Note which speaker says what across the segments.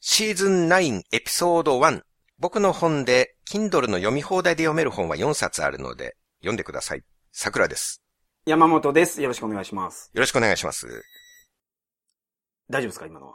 Speaker 1: シーズン9エピソード1。僕の本で、Kindle の読み放題で読める本は4冊あるので、読んでください。桜です。
Speaker 2: 山本です。よろしくお願いします。
Speaker 1: よろしくお願いします。
Speaker 2: 大丈夫ですか今のは。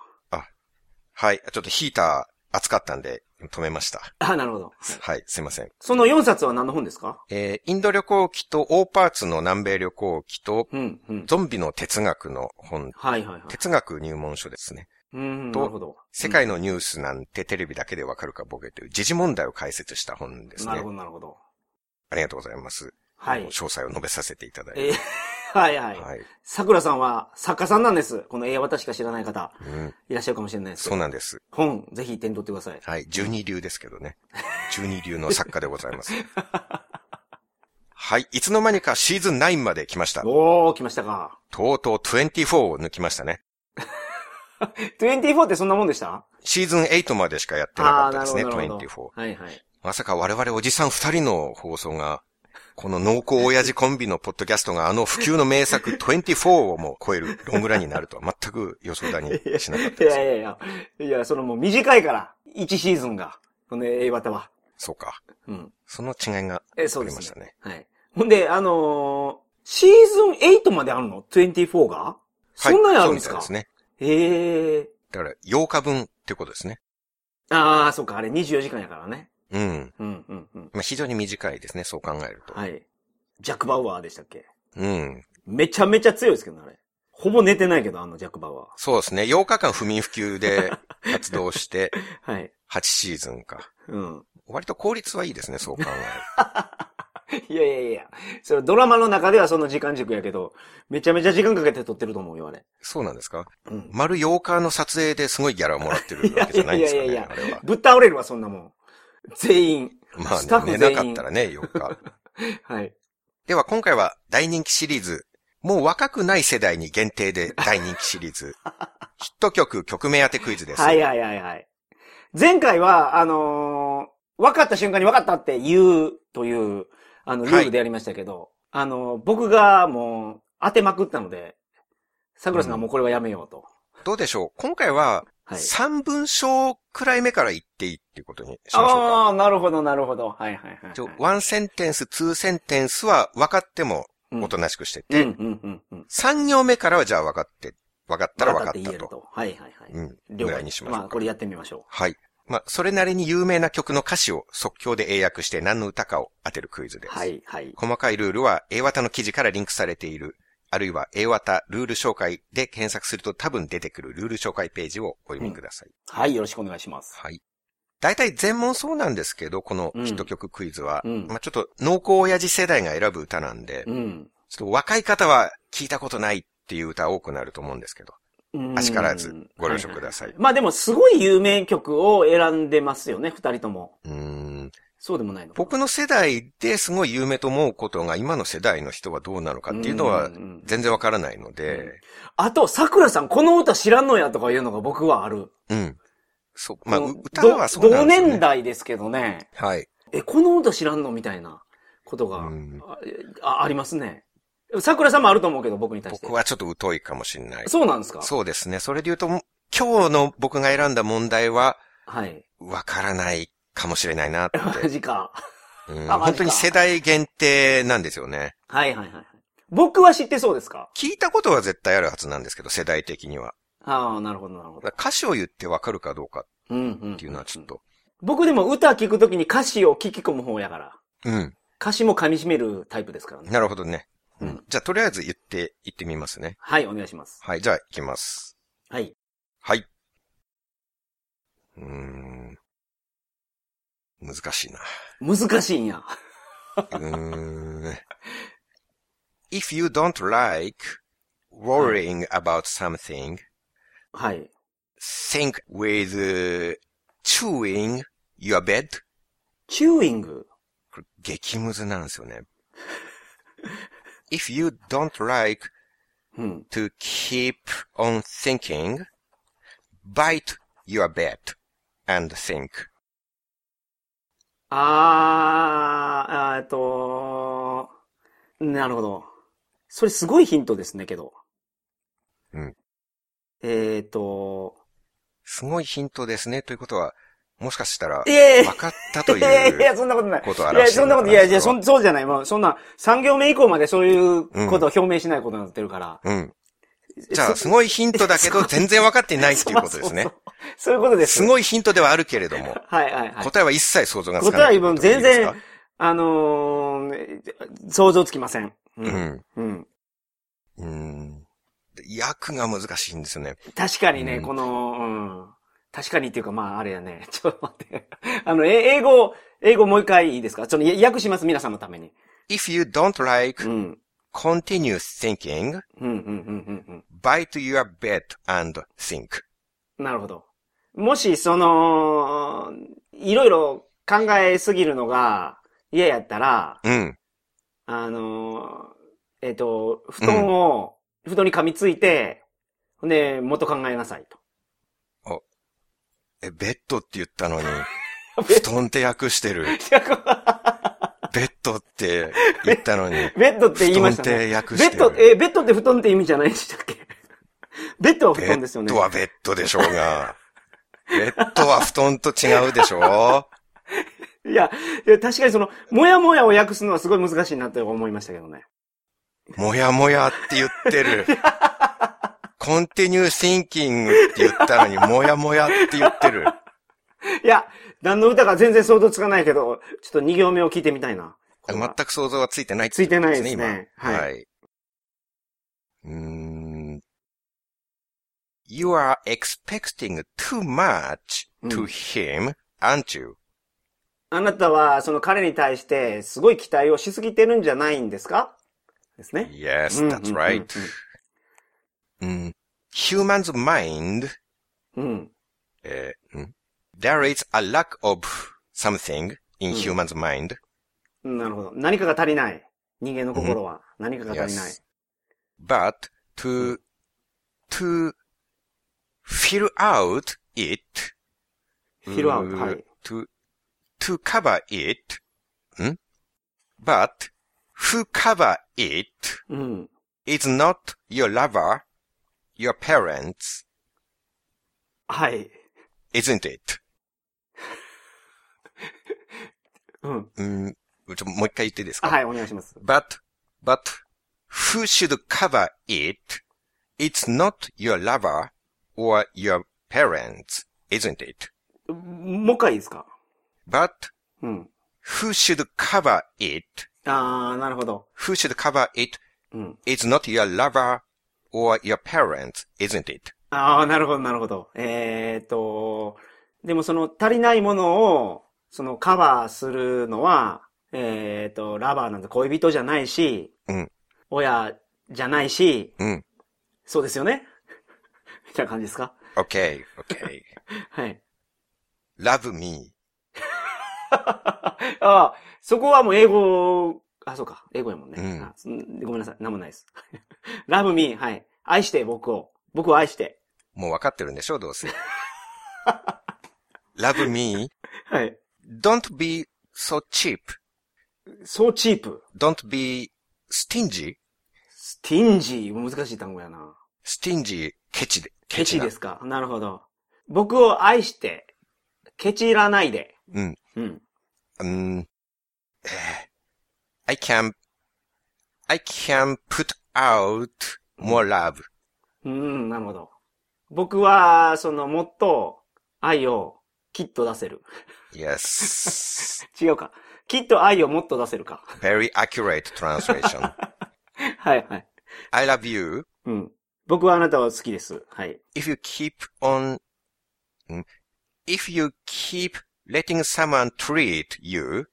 Speaker 1: はい。ちょっとヒーター熱かったんで、止めました。
Speaker 2: あ、なるほど。
Speaker 1: はい、すいません。
Speaker 2: その4冊は何の本ですか
Speaker 1: えーインド旅行記と、オーパーツの南米旅行記と、
Speaker 2: うん、うん。
Speaker 1: ゾンビの哲学の本、
Speaker 2: はいはいはい。
Speaker 1: 哲学入門書ですね。
Speaker 2: うん、
Speaker 1: と
Speaker 2: なるほど。
Speaker 1: 世界のニュースなんてテレビだけでわかるかボケという時事問題を解説した本です
Speaker 2: なる
Speaker 1: ね
Speaker 2: ほ。ど、なるほど。
Speaker 1: ありがとうございます。
Speaker 2: はい
Speaker 1: 詳。細を述べさせていただいて。
Speaker 2: えー はいはい。
Speaker 1: はい。
Speaker 2: 桜さんは作家さんなんです。この映画しか知らない方、
Speaker 1: うん、
Speaker 2: いらっしゃるかもしれないですけ
Speaker 1: そう
Speaker 2: ど。
Speaker 1: なんです。
Speaker 2: 本、ぜひ手に取ってください。
Speaker 1: はい。十二流ですけどね。十二流の作家でございます。 はい。いつの間にかシーズン9まで来ました。と
Speaker 2: おー、来ましたか。
Speaker 1: うとう24を抜きましたね。
Speaker 2: 24ってそんなもんでした
Speaker 1: シーズン8までしかやってなかっ
Speaker 2: あ
Speaker 1: たで
Speaker 2: ーなる
Speaker 1: す
Speaker 2: ほ
Speaker 1: ね、
Speaker 2: ど、なるほど。
Speaker 1: 24。
Speaker 2: はいはい。
Speaker 1: まさか我々おじさん二人の放送が、この濃厚親父コンビのポッドキャストがあの普及の名作24を も超えるロングランになるとは全く予想だにしなかった で
Speaker 2: いや
Speaker 1: す。
Speaker 2: いやいや。いや、そのもう短いから。1シーズンが。この映画は。
Speaker 1: そうか。
Speaker 2: うん。
Speaker 1: その違いが
Speaker 2: え、そ
Speaker 1: あ
Speaker 2: うで
Speaker 1: り
Speaker 2: す
Speaker 1: ま
Speaker 2: ね
Speaker 1: し。たね。
Speaker 2: はい。ほんで、あのーシーズン8まであるの ?24 が、そんなにあるんです
Speaker 1: そうみたい
Speaker 2: か
Speaker 1: ですね。
Speaker 2: へえ。
Speaker 1: だから8日分ってことですね。
Speaker 2: ああ、そうか、あれ24時間やからね。
Speaker 1: うん。
Speaker 2: うん、うん、うん。
Speaker 1: まあ、非常に短いですね、そう考えると。
Speaker 2: はい。ジャック・バウアーでしたっけ
Speaker 1: うん。
Speaker 2: めちゃめちゃ強いですけどね、あれ。ほぼ寝てないけど、あのジャック・バウア
Speaker 1: そうですね。8日間不眠不休で活動して、
Speaker 2: ー。はい。
Speaker 1: 8シーズンか。
Speaker 2: うん。
Speaker 1: 割と効率はいいですね、そう考える
Speaker 2: いやいやいや。それドラマの中ではその時間軸やけど、めちゃめちゃ時間かけて撮ってると思うよ、あれ。
Speaker 1: と。そうなんですか
Speaker 2: うん。
Speaker 1: 丸8日の撮影ですごいギャラをもらってるわけじゃないんですかね、
Speaker 2: いやいやいや
Speaker 1: あれは。
Speaker 2: ぶっ倒れるわ、そんなもん。全員。
Speaker 1: ま
Speaker 2: スタッ
Speaker 1: あ、
Speaker 2: フ
Speaker 1: ね、寝
Speaker 2: 全員
Speaker 1: なかったらね、8日。
Speaker 2: はい。
Speaker 1: では今回は大人気シリーズ、もう若くない世代に限定で大人気シリーズ、ヒット曲曲名当てクイズです。
Speaker 2: はいはいはいはい。前回は、あのー分かった瞬間に分かったって言うという、あの、ルールでやりましたけど、あのー僕がもう当てまくったので、桜さんがもうこれはやめようと。
Speaker 1: どうでしょう今回は
Speaker 2: はい。
Speaker 1: 3文章くらい目から言っていいっていうことにしましょうか。
Speaker 2: ああー、なるほどなるほど。はいはいはい、
Speaker 1: ちょ
Speaker 2: はい。
Speaker 1: ワンセンテンス、ツーセンテンスは分かっても
Speaker 2: うん
Speaker 1: おとなしくして
Speaker 2: うん
Speaker 1: て、
Speaker 2: うんうんうん。
Speaker 1: 3行目からはじゃあ分かって、分かったら分か
Speaker 2: て
Speaker 1: った
Speaker 2: 言える
Speaker 1: と。
Speaker 2: と。はいはいはい。
Speaker 1: うん。
Speaker 2: 了
Speaker 1: ぐら
Speaker 2: 解
Speaker 1: いにしましょうか
Speaker 2: あこれやってみましょ
Speaker 1: はい。まあ、それなりに有名な曲の歌詞を即興で英訳して何の歌かを当てるクイズ
Speaker 2: う。
Speaker 1: です。
Speaker 2: はいはい。
Speaker 1: 細かいルールは A 型の記事からリンクされている、あるいは A 型ルール紹介で検索すると多分出てくるルール紹介ページをお読みください。
Speaker 2: はい、よろしくお願いします。
Speaker 1: はい。大体全問そうなんですけど、このヒット曲クイズは。
Speaker 2: うん
Speaker 1: まあちょっと濃厚親父世代が選ぶ歌なんで、
Speaker 2: うん。
Speaker 1: ちょっと若い方は聞いたことないっていう歌多くなると思うんですけど。
Speaker 2: うん
Speaker 1: あしからずご了承ください
Speaker 2: はははまあでもすごい有名曲を選んでますよね、二人とも。
Speaker 1: うーん
Speaker 2: そうでもないの
Speaker 1: 僕の世代ですごい有名と思うことが今の世代の人はどうなのかっていうのは
Speaker 2: んん
Speaker 1: 全然わからないので、
Speaker 2: あと、桜さん、この歌知らんのやとかいうのが僕はある。
Speaker 1: うん。そう、まあ、
Speaker 2: この
Speaker 1: う歌はそうなんですよ、
Speaker 2: 同
Speaker 1: ね。
Speaker 2: 年代ですけどね。
Speaker 1: はい。
Speaker 2: え、この歌知らんのみたいなことが、
Speaker 1: うん
Speaker 2: ああありますね。桜さんもあると思うけど、僕に対して。
Speaker 1: 僕はちょっと疎いかもしれない。
Speaker 2: そうなんですか
Speaker 1: そうですね。それで言うと、今日の僕が選んだ問題は、
Speaker 2: はい。
Speaker 1: わからないかもしれないな って。
Speaker 2: マジか。
Speaker 1: うん
Speaker 2: あマジか
Speaker 1: 本当に世代限定なんですよね。
Speaker 2: はいはいはいはい。僕は知ってそうですか
Speaker 1: 聞いたことは絶対あるはずなんですけど、世代的には。
Speaker 2: ああ、なるほどなるほど。
Speaker 1: 歌詞を言ってわかるかどうか
Speaker 2: うんうん。
Speaker 1: っていうのはちょっ。と。
Speaker 2: 僕でも歌聴くときに歌詞を聞き込む方やから。
Speaker 1: うん。
Speaker 2: 歌詞も噛み締めるタイプですからね。
Speaker 1: なるほどね。う
Speaker 2: うん
Speaker 1: ん、じゃあ、とりあえず言って、言ってみますね。
Speaker 2: はい、お願いします。
Speaker 1: はい、じゃあ、行きます。
Speaker 2: はい。
Speaker 1: はい。うーん。難しいな。
Speaker 2: 難しいんや。
Speaker 1: う ーん If you don't like worrying about something,
Speaker 2: はい。
Speaker 1: think with uh, chewing your bed.
Speaker 2: チューイング。
Speaker 1: これ激ムズなんですよね。If you don't like
Speaker 2: うん。
Speaker 1: to keep on thinking, bite your bed and think.
Speaker 2: あー、あーえっと、なるほど。それすごいヒントですね、けど。
Speaker 1: うん。
Speaker 2: えっと、
Speaker 1: すごいヒントですね。ということは、もしかしたら、
Speaker 2: いやい
Speaker 1: 分
Speaker 2: や
Speaker 1: かったと
Speaker 2: いや
Speaker 1: い
Speaker 2: いやいや、
Speaker 1: う
Speaker 2: そんなことない。
Speaker 1: ことを
Speaker 2: いや、
Speaker 1: 表して
Speaker 2: そ
Speaker 1: る
Speaker 2: ん
Speaker 1: の
Speaker 2: な
Speaker 1: か
Speaker 2: こと、いやいや、そん、そうじゃない。もう、そんな、3行目以降までそういうことを表明しないことになってるから。
Speaker 1: うん。じゃあ、す
Speaker 2: い
Speaker 1: ごいヒントだけど、全然分かってないっていうことですね
Speaker 2: そう。そうそういうことです。
Speaker 1: すごいヒントではあるけれども、
Speaker 2: はいはいはい。
Speaker 1: 答えは一切想像がつかない。
Speaker 2: 答えはもう全
Speaker 1: いい
Speaker 2: 然
Speaker 1: で、
Speaker 2: あのー、想像つきません。う
Speaker 1: すか。
Speaker 2: うん。
Speaker 1: うん。うん。役が難しいんですよね。
Speaker 2: 確かにね、
Speaker 1: うん
Speaker 2: この、うん。確かにっていうか、まあ、あれやね。 ちょっと待って。あの、え英語、英語もう一回いいですかちょっと訳します、皆さんのために。
Speaker 1: If you don't
Speaker 2: う
Speaker 1: like
Speaker 2: ん。
Speaker 1: continue thinking,
Speaker 2: うん、うん、うん、うん、
Speaker 1: bite your bed and think.
Speaker 2: うん。なるほど。もし、その、いろいろ考えすぎるのが嫌やったら、
Speaker 1: うん。
Speaker 2: あのー、えっ、と、布団を、布団に噛みついて、ほんで、元考えなさいと。
Speaker 1: え、ベッドって言ったのに、布団って訳して る。ベッドって言ったのに、
Speaker 2: ベッドって言い
Speaker 1: 布
Speaker 2: ま
Speaker 1: 団っ
Speaker 2: したね。
Speaker 1: て訳
Speaker 2: ベ
Speaker 1: し
Speaker 2: ッ
Speaker 1: て
Speaker 2: ド
Speaker 1: る、。
Speaker 2: え、ベッドって布団って意味じゃないでしたっけ ベッドは布団ですよね。
Speaker 1: ベッドはベッドでしょうが。ベッドは布団と違うでしょ
Speaker 2: いや、いや確かにその、もやもやを訳すのはすごい難しいなって思いましたけどね。
Speaker 1: もやもやって言って る。コンティニュー thinking って言ったのに、もやもやって言ってる。
Speaker 2: いや、何の歌か全然想像つかないけど、ちょっと2行目を聞いてみたいな。これは
Speaker 1: 全く想像はついてないっ
Speaker 2: ついてないです
Speaker 1: 今
Speaker 2: ね。はい。
Speaker 1: はい。うーん。You are expecting too much
Speaker 2: う
Speaker 1: to
Speaker 2: ん
Speaker 1: him, aren't you?
Speaker 2: あなたは、その彼に対して、すごい期待をしすぎてるんじゃないんですかですね。
Speaker 1: Yes,
Speaker 2: うん
Speaker 1: that's right.
Speaker 2: mm,
Speaker 1: うん。Human's mind,
Speaker 2: うん。うん
Speaker 1: えーん there is a lack of something in
Speaker 2: うん
Speaker 1: human's mind.
Speaker 2: うんなるほど。何かが足りない。人間の心は何かが足りない。
Speaker 1: Yes. But
Speaker 2: Mm.
Speaker 1: to, to fill out it,
Speaker 2: フィルアウト。はい。
Speaker 1: to, to cover it, ん but who cover it
Speaker 2: うん。
Speaker 1: is not your lover, your parents,
Speaker 2: はい。
Speaker 1: isn't it?
Speaker 2: うん。
Speaker 1: うん、ちょ、もう一回言っていいですか
Speaker 2: はい、お願いします。
Speaker 1: But, but, who should cover it? It's not your lover or your parents, isn't it?
Speaker 2: もう一回いいですか
Speaker 1: But,
Speaker 2: うん。
Speaker 1: who should cover it?
Speaker 2: あー、なるほど。
Speaker 1: Who should cover it?
Speaker 2: うん。
Speaker 1: It's not your lover or your parents, isn't it?
Speaker 2: あー、なるほど、なるほど。えーっと、でもその足りないものを、そのカバーするのは、えーっと、ラバーなんて恋人じゃないし、
Speaker 1: うん
Speaker 2: 親じゃないし、
Speaker 1: うん。
Speaker 2: そうですよね みたいな感じですか
Speaker 1: Okay, okay.
Speaker 2: はい。
Speaker 1: Love me.
Speaker 2: ああ、そこはもう英語、あ、そうか、英語やもんね。
Speaker 1: うん
Speaker 2: あそごめんなさい、なんもないです。 ラブミー、はい。愛して、僕を。僕を愛して。
Speaker 1: もう分かってるんでしょど うせ。Love me.
Speaker 2: はい。
Speaker 1: Don't be so cheap.
Speaker 2: そうチープ。
Speaker 1: Don't be stingy.
Speaker 2: スティンジー、難しい単語やな。
Speaker 1: stingy, ケチで。
Speaker 2: ケチ
Speaker 1: な
Speaker 2: ですか。なるほど。僕を愛して、ケチらないで。
Speaker 1: うん。
Speaker 2: うん。
Speaker 1: うん。 えー I can, I can put out more love.
Speaker 2: うん、なるほど。僕は、その、もっと、愛を、きっと出せる。
Speaker 1: Yes.
Speaker 2: 違うか。きっと愛をもっと出せるか。
Speaker 1: Very accurate translation.
Speaker 2: はい、はい。
Speaker 1: I love you
Speaker 2: うん。僕はあなたは好きです。はい。
Speaker 1: if you keep on, ん if you keep letting someone treat you.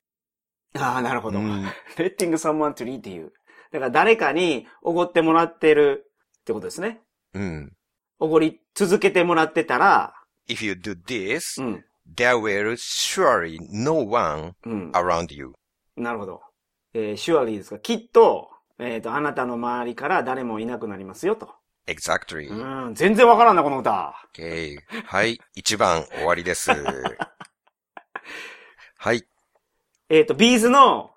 Speaker 1: mm,
Speaker 2: ああ、なるほど。
Speaker 1: うん
Speaker 2: レッティング someone to lead っていう。だから誰かにおごってもらってるってことですね。
Speaker 1: うん
Speaker 2: おごり続けてもらってたら、
Speaker 1: mm, If you do this,
Speaker 2: うん、
Speaker 1: there will surely no one
Speaker 2: うん。
Speaker 1: around you.
Speaker 2: なるほど。えー、シュアリーですか。きっと、えっ、と、あなたの周りから誰もいなくなりますよと。
Speaker 1: Exactly.
Speaker 2: うん、全然わからんな、この歌。
Speaker 1: OK。はい。1番終わりです。はい。
Speaker 2: えっ、と、ビーズの、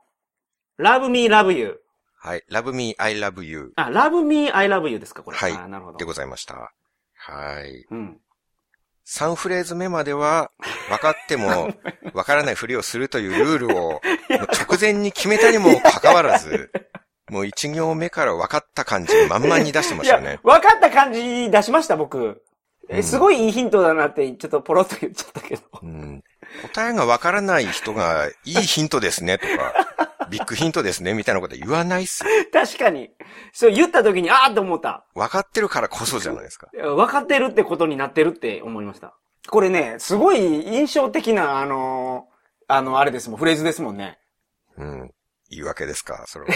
Speaker 2: love me, love you。
Speaker 1: はい。love me, I love you
Speaker 2: あ、love me, I love you ですか、これ。
Speaker 1: はい
Speaker 2: あーなるほ
Speaker 1: で
Speaker 2: ど。
Speaker 1: ございました。はい。
Speaker 2: うん。
Speaker 1: 3フレーズ目までは、分かって も、分からないふりをするというルールを、もう直前に決めたにもかかわらず、もう1行目から分かった感じ、まんまに出してま
Speaker 2: い
Speaker 1: したよ
Speaker 2: や
Speaker 1: ね、。
Speaker 2: 分かった感じ出しました、僕。
Speaker 1: う
Speaker 2: え、
Speaker 1: ん
Speaker 2: すごいいいヒントだなって、ちょっとポロッと言っちゃったけど。
Speaker 1: うん、答えが分からない人が、いいヒントですね、と か、ビッグヒントですね、みたいなこと言わないっすよ。
Speaker 2: 確かに。そう言った時に、あーって思った。
Speaker 1: 分かってるからこそじゃないですか。
Speaker 2: 分かってるってことになってるって思いました。これね、すごい印象的な、あのーあの、あれですもん、フレーズですもんね。
Speaker 1: うん。言い訳ですか、それは。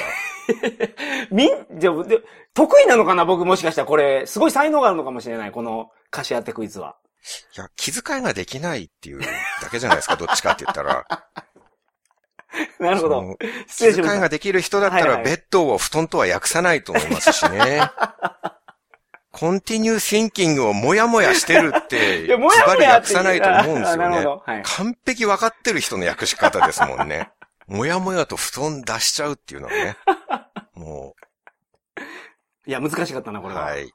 Speaker 2: みん、じゃあ、で得意なのかな僕もしかしたらこれ、すごい才能があるのかもしれない、この、歌詞当てクイズは。
Speaker 1: いや、気遣いができないっていうだけじゃないですか、どっちかって言ったら。
Speaker 2: なるほ
Speaker 1: そ
Speaker 2: ど
Speaker 1: の。
Speaker 2: 失
Speaker 1: 気
Speaker 2: 礼し
Speaker 1: 遣
Speaker 2: ま
Speaker 1: い
Speaker 2: した。
Speaker 1: ができる人だった
Speaker 2: はい
Speaker 1: ら、
Speaker 2: はい
Speaker 1: ベッドを布団とは訳さないと思いますし ね。コンティニューシンキングをもやもやしてるって、
Speaker 2: い
Speaker 1: ズ
Speaker 2: や、もや
Speaker 1: バ
Speaker 2: も
Speaker 1: リ
Speaker 2: やっ
Speaker 1: 訳
Speaker 2: て
Speaker 1: さないと思うんです
Speaker 2: あなるほ
Speaker 1: よね。
Speaker 2: ど。はい。
Speaker 1: 完璧分かってる人の訳し方ですもんね。もやもやと布団出しちゃうっていうのはね。も
Speaker 2: いや、難しかったな、これは。
Speaker 1: はい。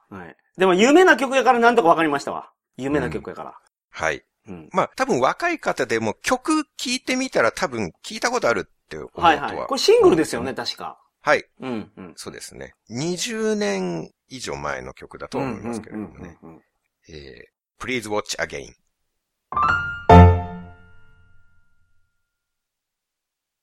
Speaker 2: でも、有名な曲やからなんとかわかりましたわ。有名な曲やから。
Speaker 1: う、はい。
Speaker 2: うん。
Speaker 1: まあ、多分若い方でも曲聴いてみたら多分聞いたことあるって思うとは。
Speaker 2: はいはい。これシングルですよね、確か。
Speaker 1: はい。
Speaker 2: うん、うん。
Speaker 1: そうですね。20年以上前の曲だと思いますけれどもね。
Speaker 2: うんうんうんうん
Speaker 1: えー Please Watch Again。